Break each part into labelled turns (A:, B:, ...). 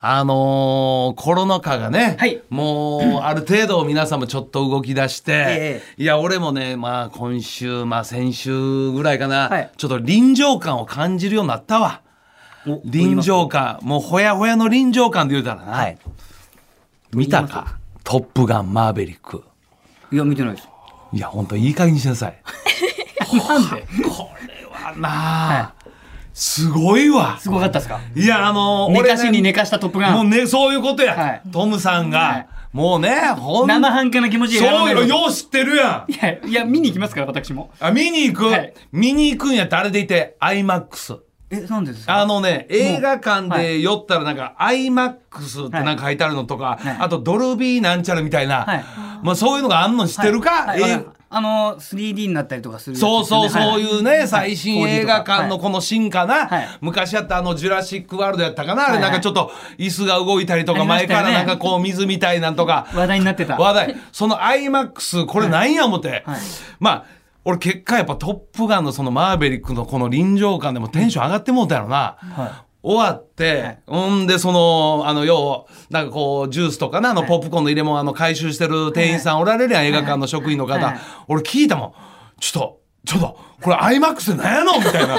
A: あのーコロナ禍がね、
B: はい
A: もうある程度皆さんもちょっと動き出して
B: え、
A: いや俺もね、まあ、今週、まあ、先週ぐらいかな、
B: はい
A: ちょっと臨場感を感じるようになったわ
B: お
A: 臨場感もうほやほやの臨場感で言うたらな、
B: はい
A: 見たか「トップガンマーベリック
B: いや見てないです」
A: いや本当いい加減にしなさい
B: なんで
A: これはなあ、すごいわ
B: すごかったですか
A: いやあのー
B: 寝か
A: 俺
B: し
A: ね
B: に寝かしたトップガ
A: もう
B: ン
A: ね、そういうことや。
B: はい
A: トムさんが、
B: はい
A: もうね、ほん
B: 生半可な気持ちでやら
A: そ
B: な
A: う
B: い
A: よ、
B: と
A: よう知ってるやん。
B: いやいや見に行きますから私も
A: あ見に行く、
B: はい
A: 見に行くんやったらあれでいて、IMAX。
B: えなんでですか
A: あのね、映画館
B: は
A: で寄ったらなんか、IMAX ってなんか書いてあるのとか、
B: はい
A: あとドルビーなんちゃらみたいな、
B: はい
A: まあそういうのがあんの知ってるか、
B: はいはい
A: え
B: わかるあの 3D になったりとかするやつです
A: そ
B: よ
A: う
B: ね
A: そう、そう
B: は
A: いうね、最新映画館のこの進化な
B: はい、
A: 昔やったあのジュラシックワールドやったかな、あ
B: は
A: れ
B: い
A: なんかちょっと椅子が動いたりと
B: あ
A: か、
B: りま
A: 前
B: した
A: か
B: よね
A: らなんかこう水みたいなんとか、
B: 話題になってた
A: 話題。その IMAX、これなんや思って
B: はい。
A: まあ、俺結果やっぱトップガンのそのマーベリックのこの臨場感でもテンション上がってもうたやろな。終わって、ほんで、その、あの、要、なんかこう、ジュースとかな、あの、ポップコーンの入れ物、あの、回収してる店員さんおられりゃ、映画館の職員の
B: は
A: 方
B: い、
A: 俺聞いたもん。ちょっと、ちょっと、これ IMAX で何やのみたい な。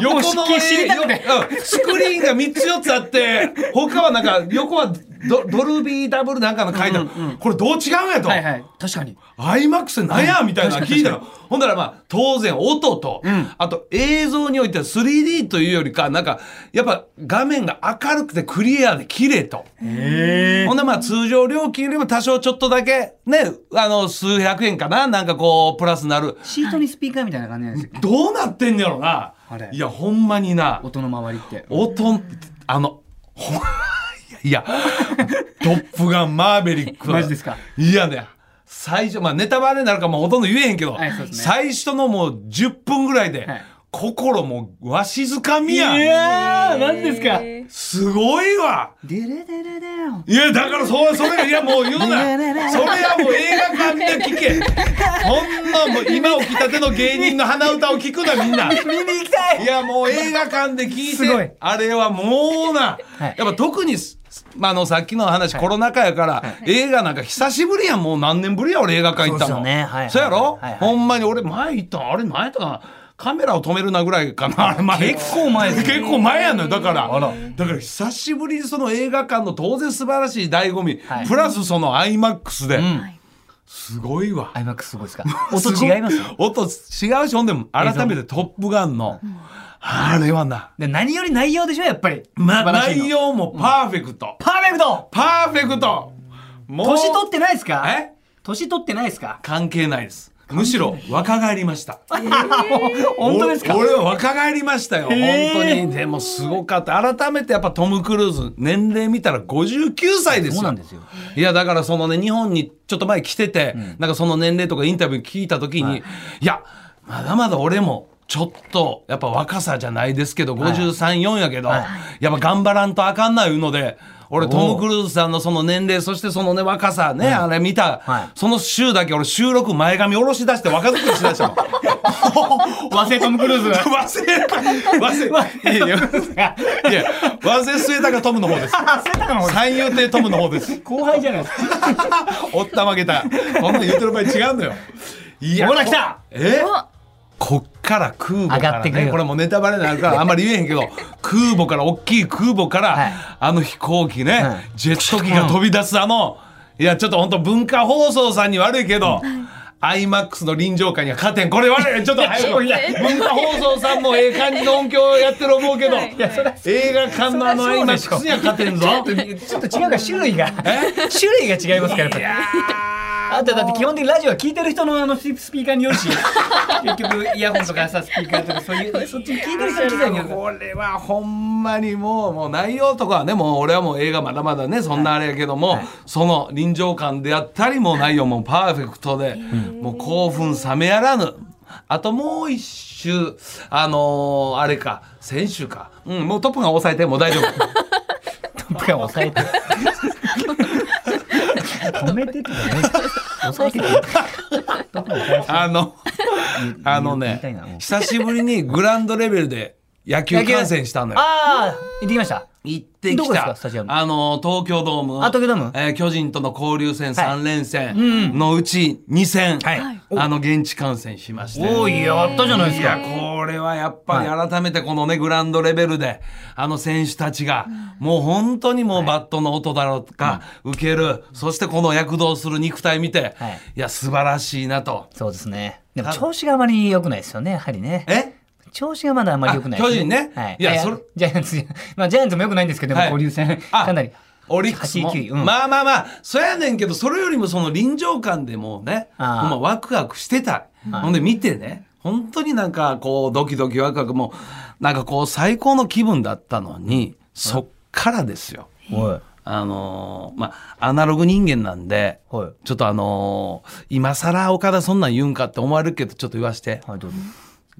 A: 横の
B: もう知りたくない
A: うんスクリーンが3つ4つあって、他はなんか、横はドドルビーダブルなんかの書いてある。これどう違うんやと。
B: はいはい確かに
A: IMAX なんやみたいなの聞いたの。ほんだらまあ、当然音と、
B: ん
A: あと映像においては 3D というよりか、なんか、やっぱ画面が明るくてクリアで綺麗と。ほんでまあ通常料金よりも多少ちょっとだけ、ね、あの、数百円かななんかこう、プラスなる。
B: シートにスピーカーみたいな感じなんですよ
A: どうなってんねやろな
B: あれ。
A: いや、ほんまにな。
B: 音の周りって
A: 音、あの、 ほいや、トップガンマーベリック。
B: マジですか
A: いやね、最初、まあネタバレになるからもうほとんど言えへんけど、
B: はいそうですね
A: 最初のもう10分ぐらいで、
B: はい
A: 心もうわしづかみやん。
B: いやー何ですか
C: え
A: すごいわ
B: デレデレデレよ
A: いや、だから、そう、それが、いや、もう言うな。それ はもう映画館で聞け。ほんの、もう今起きたての芸人の鼻歌を聞くな、みんな。
B: 見に行きたい
A: いやもう映画館で聞い
B: すごい
A: てあれはもうな、
B: はい
A: やっぱ特にす、まあ、あのさっきの話、コロナ禍やから、映画なんか久しぶりやんもう何年ぶりや俺映画館行ったの
B: そうですよねはい
A: そうやろ、
B: はいはい
A: ほんまに俺前行ったのあれ前とかなカメラを止めるなぐらいかなあれ前
B: 結構前ですね
A: 結構前やのよだから
B: あら
A: だから久しぶりにその映画館の当然素晴らしい醍醐味、
B: はい
A: プラスその IMAX で、
B: ん
A: すごいわ
B: IMAX すごいですか 音違います
A: ご音違うしほんでも改めて「トップガンの」あれはな、
B: で何より内容でしょやっぱり
A: ま、
B: 素晴らしいの
A: 内容もパーフェクト、
B: パーフェクト
A: パーフェクトもう
B: 年取ってないですか
A: え
B: 年取ってないですか
A: 関係ないですむしろ若返りました
B: 本当ですか
A: お俺は若返りましたよ本
B: へー
A: 当にでもすごかった改めてやっぱトム・クルーズ年齢見たら59歳ですよ
B: そうなんですよ
A: いやだからそのね日本にちょっと前来てて、なんかその年齢とかインタビュー聞いた時に、い、やまだまだ俺もちょっとやっぱ若さじゃないですけど
B: はい
A: 534やけど、
B: はい
A: やっぱ頑張らんとあかんないいうので俺
B: おー
A: トム・クルーズさんのその年齢そしてそのね若さね、あれ見た、
B: はい
A: その週だけ俺収録前髪下ろし出して若作りしだ したの。
B: 和製トム・クルー ズ
A: 忘れた忘れいやいやいや忘れ末高トムの方です
B: あ、それだから俺
A: 三遊亭トムの方です
B: 後輩じゃないですか
A: おったまげた。こんなん言ってる場合違うんだよ。い
B: ほら来た
A: え
C: わ
A: こっから空母から、ね、
B: 上がってくる
A: これもうネタバレになるからあんまり言えへんけど空母から大きい空母から、
B: はい
A: あの飛行機ね、
B: は
A: ジェット機が飛び出すあの、いやちょっと本当文化放送さんに悪いけど。IMAX の臨場感には勝てんこれ悪いちょっと早く
B: い
A: 文
B: や
A: 化放送さんもええ感じの音響やってる思うけど、
C: はいいやそりゃ
A: 映画館のあの
B: そりゃそうでしょ
A: IMAX には勝てんぞ
B: ちょっと違うから種類が種類が違いますからやっぱりあとだって基本的にラジオは聞いてる人のあのスピーカーに よるし結局イヤホンとかさスピーカーとかそう いうそっちに聞いてる人の機材によるから
A: これはほんまにもうもう内容とかはねもう俺はもう映画まだまだねそんなあれやけども、その臨場感であったりもう内容もパーフェクトで、もう興奮冷めやらぬ。あともう一周あのーあれか先週かうんもうトップが抑えてもう大丈夫
B: トップガン抑 えて止めてと かね抑えてトップガン抑えて
A: あのあの
B: 言いたい
A: ね
B: なもう
A: 久しぶりにグラウンドレベルで野球観戦したのよ
B: ああ行ってきました
A: 行って
B: ど
A: き
B: こですか
A: た
B: スタジアム
A: あの東京ドーム
B: あ東京ドーム
A: えー巨人との交流戦3連
B: うん
A: 戦のうち2戦、
B: はい
A: あの現地観戦しまして
B: おいやったじゃないです
A: いや
B: か。
A: これはやっぱり改めてこのねグラウンドレベルであの選手たちがもう本当にもうバットの音だろうか受けるそしてこの躍動する肉体見て
B: はい
A: いや素晴らしいなと。
B: そうですね。でも調子があまり良くないですよね、やはりね。
A: え
B: 調子がまだあんまり良くないです、
A: あ巨人ね
B: はい。
A: いや
B: いや
A: それ
B: ジャイアンツ、まあジャイアンツも良くないんですけど、
A: はい
B: 交流戦
A: あ
B: かなり。
A: オリックスも
B: 8位9位うん
A: まあまあまあそやねんけどそれよりもその臨場感でもうね
B: あー
A: ほんまワクワクしてた、ほんで見てね本当になんかこうドキドキワクワクもうなんかこう最高の気分だったのにそっからですよ
B: はい。
A: あのーまあアナログ人間なんで
B: はい。
A: ちょっとあのー今更岡田そんなん言うんかって思われるけどちょっと言わして
B: はい、どうぞ。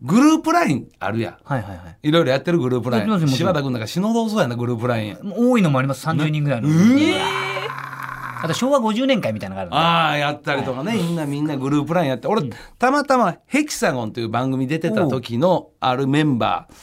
A: グループラインあるやん
B: はいはいはい。
A: いろいろやってるグループラ
B: やってま
A: イ
B: す
A: ン
B: よもちろ
A: 柴
B: ん
A: 田君なんか死のうどそうやなグループライン
B: 多いのもあります、30人ぐらいの。あと昭和50年会みたいなのがあ
A: ああやったりとかね、みんなみんなグループラインやって俺たまたま「ヘキサゴン」という番組出てた時のあるメンバー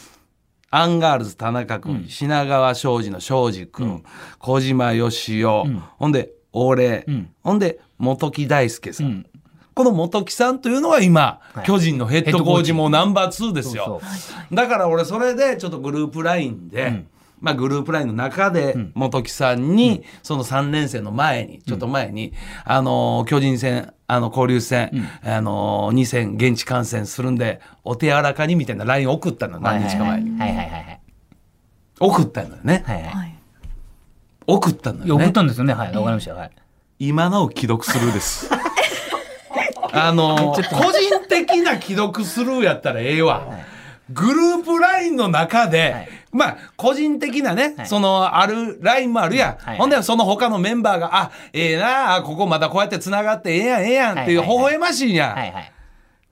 A: アンガールズ田中君、品川庄司の庄司君、小島よしお、ほんで俺、
B: ん
A: ほんで元木大輔さん、
B: るんで。うん。
A: この元木さんというのは今、
B: はい
A: 巨人のヘッドコーチもナンバー2で
B: そう
A: すよ。
B: そう。
A: だから俺それでちょっとグループラインで、まあグループラインの中で元木さんに、その3連戦の前にちょっと前に、あのー巨人戦あの交流戦、あの2戦現地観戦するんでお手柔らかにみたいなライン送ったの何日か前に、
B: はいはいはいはい。
A: 送ったのよね、
B: はいはい。
C: はい。
A: 送ったの
B: いや
A: よ
B: 送っ
A: ね
B: たんですよね。はい。わかりました。はい。
A: 今のを既読スルーです あのー個人的な既読スルーやったらええわ、グループラインの中で、
B: はい
A: まあ個人的なね、
B: はい
A: そのあるラインもあるやん、
B: はい
A: ほんでその他のメンバーが「あええなあここまたこうやってつながってええやんええやん」っていう
B: はい
A: 微
B: は
A: 笑
B: いはい
A: ましいやん、
B: はいはい。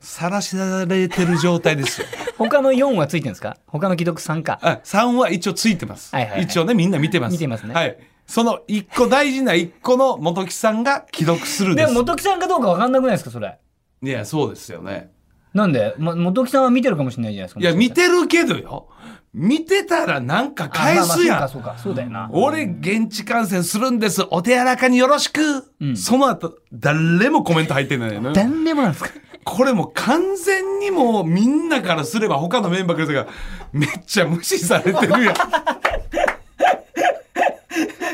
A: さらしれてる状態 ですよ
B: 他の4はついてるんですか他の既読3か。
A: あ3は一応ついてます、
B: はいはいはい
A: 一応ねみんな見てます
B: 見てますね
A: はいその一個大事な一個の元木さんが既読するで
B: ですも元木さんかどうかわかんなくないですかそれ。
A: いやそうですよね
B: なんで、ま、元木さんは見てるかもしれないじゃないですか。
A: いや、
B: も
A: 見
B: しかして
A: るけどよ。見てたらなんか返すや
B: あまあまあ
A: ん。
B: そうか、そうか、そうだよな。
A: 俺、現地観戦するんです。お手柔らかによろしく。
B: うん
A: その後、誰もコメント入ってないのよね。
B: 誰でもなんですか
A: これもう完全にもうみんなからすれば他のメンバーからすればめっちゃ無視されてるや ん。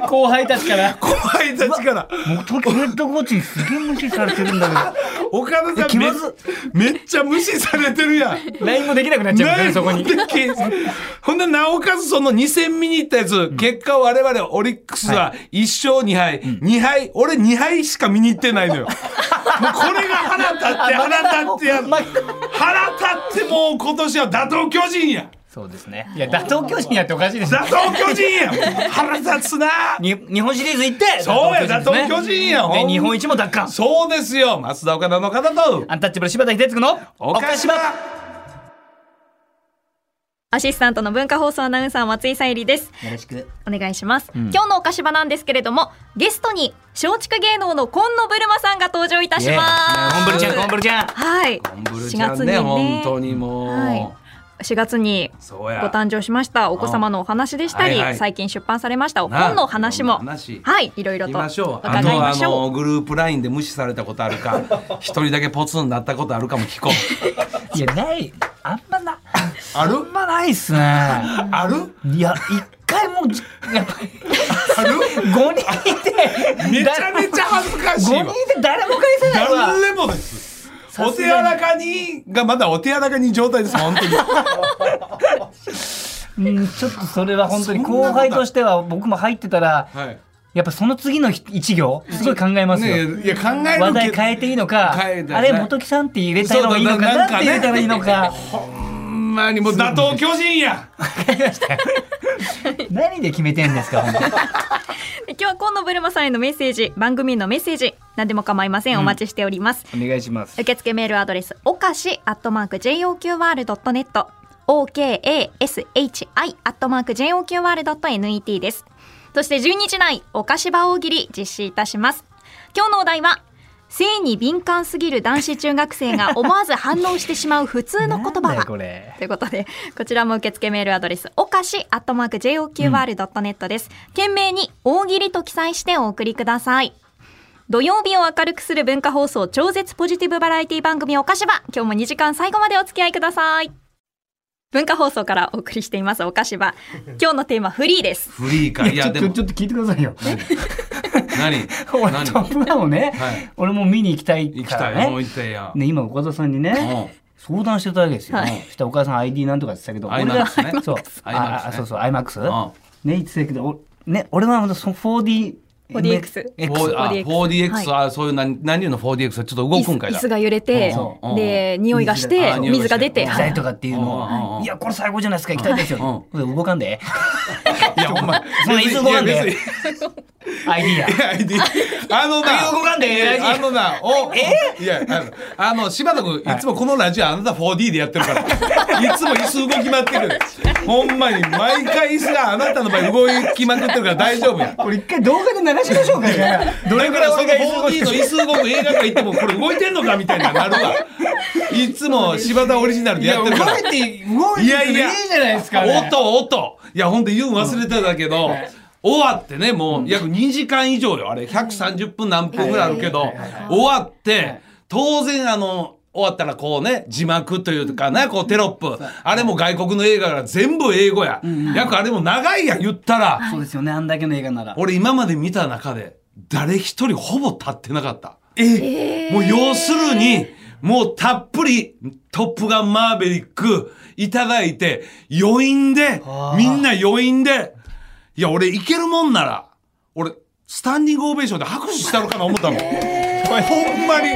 B: 後輩たちから。
A: 後輩たちから。
B: 元木ヘッドコーチにすげえ無視されてるんだ
A: 岡田
B: え
A: さん
B: 気
A: め
B: まず
A: めっちゃ無視されてるやん。
B: けど。LINE もで きなくなっちゃうんですよね、そこに。
A: ないもんでほんで、なおかつその2戦見に行ったやつ、結果我々オリックスは1勝2敗、2敗、俺2敗しか見に行ってない のよ。もうこれが腹立って腹立ってや
B: ま
A: 腹立ってもう今年は打倒巨人や。
B: そうですね。いや、打倒巨人やっておかしいですよ
A: 打。倒巨人や。腹立つな。
B: に日本シリーズ行って、
A: そうや
B: です
A: 打
B: ね
A: 倒巨人やほん
B: で、日本一も奪還。
A: そうですよ、松田岡田の方と、
B: アンタッチャブル柴田秀嗣の
A: 岡島。
C: アシスタントの文化放送アナウンサー松井さゆりです。
B: よろしく。
C: お願いします、今日のお菓子場なんですけれども、ゲストに松竹芸能の今野ブルマさんが登場いたします。
B: コンブルちゃん、 コンブルちゃん。
C: はい。
A: コンブル
C: 4
A: ちゃん
C: 月に
A: ね、
C: ね、
A: 本当にもう。
C: はい4月に
A: そう
C: ご
A: や。
C: 誕生しましたお子様のお話でしたり、
A: はいはい
C: 最近出版されました
A: なあ
C: 本のお話も
A: 本の話
C: はいいろいろ
A: 行き
C: と
A: ましょう。
C: 伺いまし
A: あとあ
C: ょう
A: のグループラインで無視されたことある か、一人だけポツンなったことあるかも聞こう。
B: いや、ない。あんまな、
A: あ
B: あんまないっすね。
A: ある？
B: いや、一回もうじ、やっぱり、
A: ある？
B: 5人いて、
A: めちゃめちゃ恥ずか
B: 5
A: しい
B: 人い
A: わ。
B: て誰も返せないわ。
A: 誰もです。お手柔らかにがまだお手柔らかに状態です本当 に。
B: うん、ちょっとそれは本当に
A: そんなこと
B: 後輩としては僕も入ってたら、
A: はい。
B: やっぱその次の一行、すごい考えますよ。
A: ねえいや考える
B: 話題変えていいのか、
A: 変えたら
B: あれ元木さんって入れたらい
A: そうだ
B: いのか、
A: な
B: なん
A: なんかね
B: て入れたらいいのか、
A: ほんまにもう打倒巨人や。
B: 何で決めてんですか、本当に
C: 今日は今野ブルマさんへのメッセージ番組へのメッセージ何でも構いませんお待ちしております、
B: お願いします。
C: 受付メールアドレスおかし @joqr.net okashi アットマーク joqr.net ですそして12時内おかし場大喜利実施いたします今日のお題は性に敏感すぎる男子中学生が思わず反応してしまう普通の言
B: な
C: 葉
B: んだよ
C: は
B: これ
C: ということで、こちらも受付メールアドレス、おかし、アットマーク、joqr.net です。件名に、大喜利と記載してお送りください。土曜日を明るくする文化放送、超絶ポジティブバラエティ番組、おかしば。今日も2時間最後までお付き合いください。文化放送からお送りしています、おかしば。今日のテーマ、フリーで す。
A: フリーかいやで
B: ちょ
A: も
B: ちょっと聞いてくださいよ。
A: 何
B: 俺
A: 何
B: トップガンをね、
A: はい
B: 俺もう見に行きたい
A: 行き
B: か
A: た
B: ら
A: いもう
B: ね。
A: 行ったやん
B: ね今岡田さんにね、相談してたわけですよ。
C: はい
B: そしたらお母さん ID なんとかって言ってたけど、
A: IMAX ね
B: そう
A: IMAX、
B: ああそうそう IMAX
A: ん。
B: ね言ってたけど、おね俺はまだその 4D。
C: 4DX
A: フ
B: X
A: ォーあ
C: 4DX
A: 4DX あそういう何何言うの 4DX ちょっと動くんかい
C: 椅
A: な
C: 子が揺れて
A: うんうんうん、
C: で、匂いがして、
A: 水が
C: 水が出
A: あ
C: て、
B: 行き
A: 匂
B: た
C: はい
B: いとかっていう
A: うんうん
B: の
A: う
B: を、
A: ん
B: いや、これ最高じゃないですか、行きたいですよ。動かんで。
A: いやお前
B: その椅子動かんで。ID や。
A: ID あのな
B: 動かんでええ
A: あのなおえいやあのあの柴田君いつもこのラジオあなた 4D でやってるからいつも椅子動きまってるほんまに毎回椅子があなたの場合動きまくってるから大丈夫や
B: これ一回動画で流しましょうか、じゃあ。ど
A: どれ
B: れ
A: ぐ
B: ぐ
A: ら
B: らい
A: いその
B: 俺が動か
A: 4D の椅子動く映画館行ってもこれ動いてんのかみたいななるわいつも柴田オリジナルで やってるから
B: いて、動い
A: い
B: て
A: やいや、
B: いいじゃないですか、ね。
A: 音、音。いや、ほんと言うん忘れてたけど、終わってね、もう約2時間以上よ。あれ、130分何分ぐらいあるけど、終わって、当然あの、終わったらこうね、字幕というかね、こうテロップ。あれも外国の映画が全部英語や。約あれも長いやん、言ったら。
B: そうですよね、あんだけの映画なら。
A: 俺今まで見た中で誰一人ほぼ立ってなかった。えもう要するに、もうたっぷりトップガンマーベリックいただいて、余韻で
B: あ、ー
A: みんな余韻で、いや、俺いけるもんなら、俺、スタンディングオベーションで拍手したのかな思ったもん。ほんまに。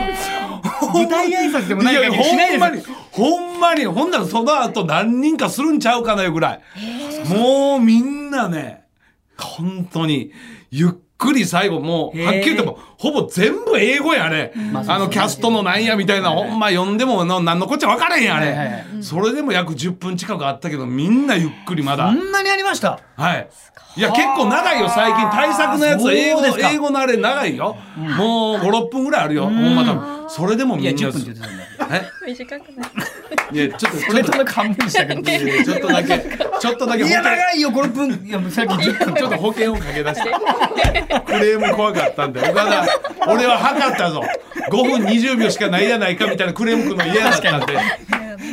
B: 舞台挨拶でもない
A: い
B: 限
A: や
B: りしないで
A: ほんまにほ
B: す
A: んまにほんならその後何人かするんちゃうかなよぐらいもうみんなね本当にゆっくり最後もう
B: へー
A: はっきり言ってもほぼ全部英語やね
B: まあ
A: あ
B: そう
A: の
B: ですね
A: キャストのなんやみたいなほんま読んでもの何のこっちゃ分からへんや
B: はいはいはい
A: ねそれでも約10分近くあったけどみんなゆっくりま
B: あ
A: だ
B: んなにありました。
A: はい。いや、結構長いよ、最近。対策のやつ、
B: そう
A: 英語
B: です、か
A: 英語のあれ長いよ。もう5、6分ぐらいあるよ。ほんま多分。それでもみん
B: い
A: な。
B: や、10分って言ってたんだ。
A: え
C: 短くない
A: いや、ちょっと、
B: 俺との勘弁したけど。い
A: ちょっとだけ、ちょっとだけ保険、
B: や、長いよ、この分。いや、もうさっき10分。
A: ちょっと保険をかけ出して。クレーム怖かったんで、岡田、俺は測ったぞ。5分20秒しかないやないかみたいなクレームくんの嫌だったんで。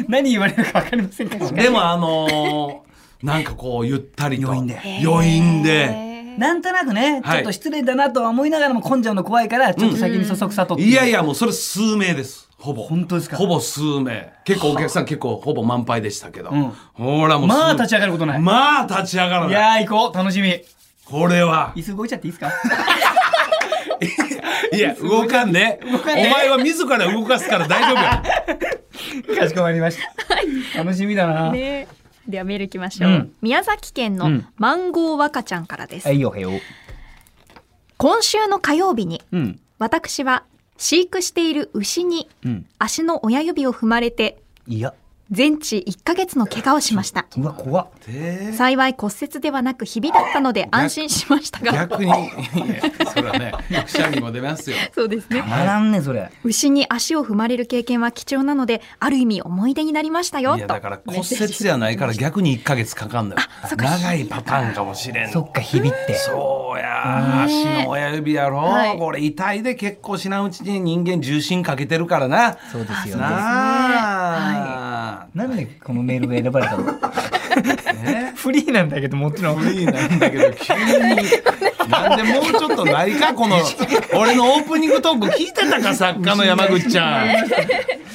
B: 何言われるか分かりませんけど。
A: でも、あのー、なんかこう、ゆったりと。
B: 余韻で
A: 余韻で。
B: なんとなくね、ち
A: はい
B: ょっと失礼だなとは思いながらも混んじゃうの怖いから、ちょっと先にそそくさとってう。
A: いやいや、もうそれ数名です。ほぼ。
B: 本当ですか
A: ほぼ数名。結構お客さん結構ほぼ満杯でしたけど。
B: うん
A: ほらもう数名。
B: まあ立ち上がることない。
A: まあ立ち上がらな
B: い
A: い。
B: やー、行こう。楽しみ。
A: これは。
B: 椅子動いちゃっていいですか
A: いや、動かんね。
B: かんね
A: お前は自ら動かすから大丈夫 や。
B: かしこまりました。楽しみだな。
C: ねではメールいきましょう、
B: うん
C: 宮崎県
B: う
C: の
B: ん
C: マンゴー若ちゃんからです、
B: はいよ、へよ。
C: 今週の火曜日に
B: うん。
C: 私は飼育している牛に
B: うん。
C: 足の親指を踏まれて
B: いや。
C: 全治1ヶ月の怪我をしました
B: うわ、怖っ。
A: で
C: 幸い骨折ではなくひびだったので安心しましたが
A: 逆に、いやそれはね、くしゃみも出ますよ。
C: そうですね
B: まらんね、それ。
C: 牛に足を踏まれる経験は貴重なのである意味思い出になりましたよ
A: いや、
C: と
A: だから骨折じゃないから逆に1ヶ月かかんのよ。長いパターンかもしれん。
B: そっか、ひびって。
A: そうや、足の親指やろ、
C: はい
A: これ痛いで結構知らんうちに人間重心かけてるからな。
B: そうですよね。
A: なあ、
B: なんでこのメールが選ばれたの
A: ね
B: フリーなんだけど、もちろ
A: フ。リーなんだけど急になんでもうちょっとない かこの俺のオープニングトーク聞いてたか作家の山口ちゃん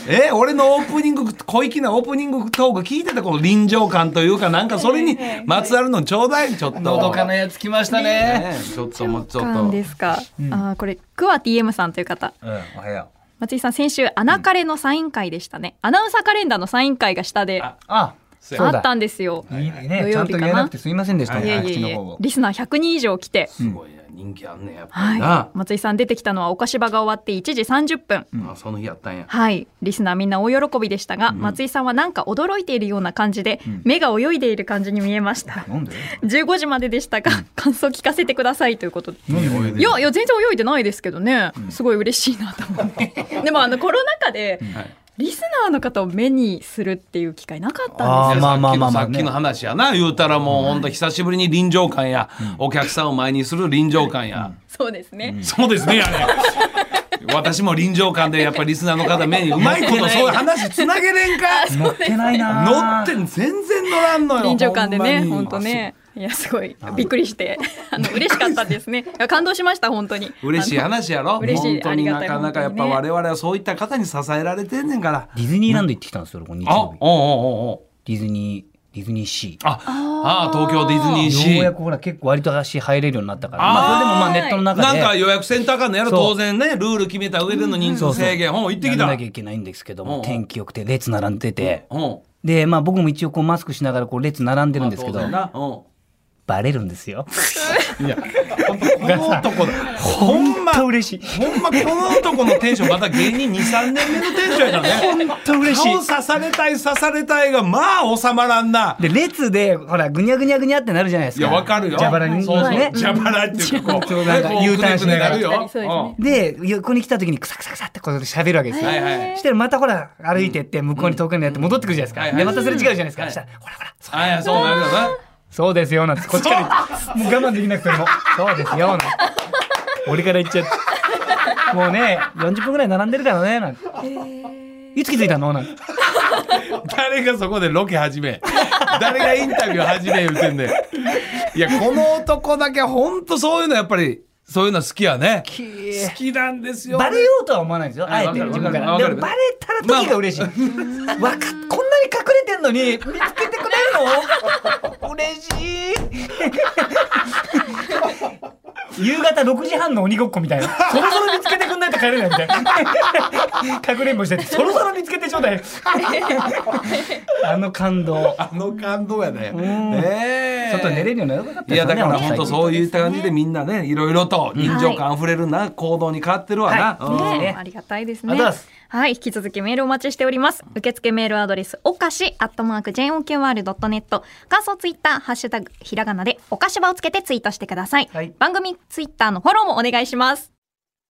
A: え俺のオープニング小粋なオープニングトーク聞いてたこの臨場感というかなんかそれにまつわるのちょうだいちょっと
B: のどかなやつ来ましたね。
A: ねちょっともうちょっ
C: 感
A: と
C: ですか、あーこれクワ TM さんという方
B: うん、おはよう。
C: 松井さん先週アナカレのサイン会でしたね、アナウンサーカレンダーのサイン会が下であ
A: あ
B: あ、
A: そう
B: だ
C: ったんですよ
B: いい
C: 土曜
B: ね。
C: 日
B: ち
C: か
B: ゃと言
C: なん
B: えなくてすいませんでした
A: はい
B: ね、
C: え
B: 口
C: いえい
B: の方
C: え
B: を。
C: リスナー100人以上来て
A: すごいね人気あんねんやっぱりな、
C: はい、松井さん出てきたのはお菓子場が終わって1時30分、
A: まあ、その日やったんや
C: はいリスナーみんな大喜びでしたが、松井さんはなんか驚いているような感じで、目が泳いでいる感じに見えました
D: なんで
C: 15時まででしたが、感想聞かせてくださいということで
D: なんで泳い
C: いやいや全然泳いでないですけどね、すごい嬉しいなと思ってでもあのコロナ禍で
A: はい
C: リスナーの方を目にするっていう機会なかっ
D: あ
C: たん
D: ー
C: ですよ
D: まあまあまあまあ
A: さっきの話やな言うたらもうほんと久しぶりに臨場感や、お客さんを前にする臨場感や、
C: そうですね、
A: そうですね、 あれ。私も臨場感でやっぱりリスナーの方目にうまいことそういう話つなげれんか
D: 乗ってない
A: 乗
D: な
A: って全然乗らんのよ
C: 臨場感でね
A: ほんまに
C: 本当ねいやすごいびっくりして あの嬉しかったですねいや感動しました本当に
A: 嬉しい
C: あの
A: 話やろ
C: 嬉しい
A: 本当になかなか
C: あ
A: やっ
C: りが
A: ぱ
C: たい
A: 我々はそういった方に支えられてんねんから
B: ディズニーランド行ってきたんですよ、この日
A: あおうおう
B: 曜日。
A: おうおう
B: ディズニー、ディズニーシー。
A: ああ東京ディズニーシ
B: ようや
A: ー
B: くほら、結構割と足入れるようになったから。
A: あー
B: まあ、それでもまあネットの中
A: なん
B: で。
A: か予約センターかんのやろ
B: そう
A: 当然ねルール決めた上での人数制限ほう行ってき
B: や
A: た
B: らなきゃいけないんですけど
A: うんう
B: も、
A: ん
B: 天気良くて列並んでて。
A: うん
B: で、まあ僕も一応こうマスクしながらこう列並んでるんですけど
A: まあ当然、なうん
B: バレるんですよ。
A: この男だ。ほん ま、
B: 当嬉しい
A: ほんま、この男のテンション、また芸人2、3年目のテンションやからね。
B: 本当嬉しい
A: 顔刺されたい、刺されたいが、まあ、収まらんな。
B: で、列で、ほら、ぐにゃぐにゃぐにゃってなるじゃないです
A: い
B: か。
A: や、わかるよ。
B: 蛇腹に。
A: そうそう。
B: ね
A: 蛇腹っていうか、こう、
B: そうなんか U ターンしなが
A: く
B: ら
A: ねくねなるよ。
C: そうですね
B: で、横に来た時にクサクサクサってこう喋るわけです
A: うん
B: よ
A: は。いはい。
B: してまたほら歩いてって向こうに遠くにやって戻ってくるじゃないです
A: はい
B: か。
A: はい
B: でまたすれ違うじゃないです
A: う
B: か。
A: ん
B: したらほらほらそう
A: あいや、そうなるよな。
B: そうですよなんてこっちから言ってもう我慢できなくてもうそうですよなんて俺から言っちゃってもうね40分ぐらい並んでるからねなんていつ気づいたのなんて
A: 誰がそこでロケ始 め。誰がインタビュー始め言うてんねん。いや、この男だけ、ほんとそういうの、やっぱり、そういうの好きやね。好きなんですよ。
B: バレようとは思わないんですよあえて
A: わか
B: 自
A: るわ
B: 分
A: か
B: か
A: る
B: ら
A: わ
B: でもバ
A: か
B: レたら時が嬉しいわかこんなに隠れてんのに見つけてくれるの嬉しい夕方6時半の鬼ごっこみたいなそろそろ見つけてくんないと帰れないみたいなかくれんぼしててそろそろ見つけてちょ うだいあの感動
A: あの感動やね。ねえ
B: 外寝れるようにならなかった
A: いやだから本当
B: う
A: そういった感じでみんなねいろいろと臨場感あふれるな行動に変わってるわな。うん
B: はい
C: ね
B: ね
C: ありがたいです
B: あ
C: ね
B: りがとうございます。
C: はい、引き続きメールお待ちしております。受付メールアドレス、おかし、アットマーク、JOQR.net、感想ツイッター、ハッシュタグ、ひらがなで、おかしばをつけてツイートしてください。
B: はい
C: 番組ツイッターのフォローもお願いします。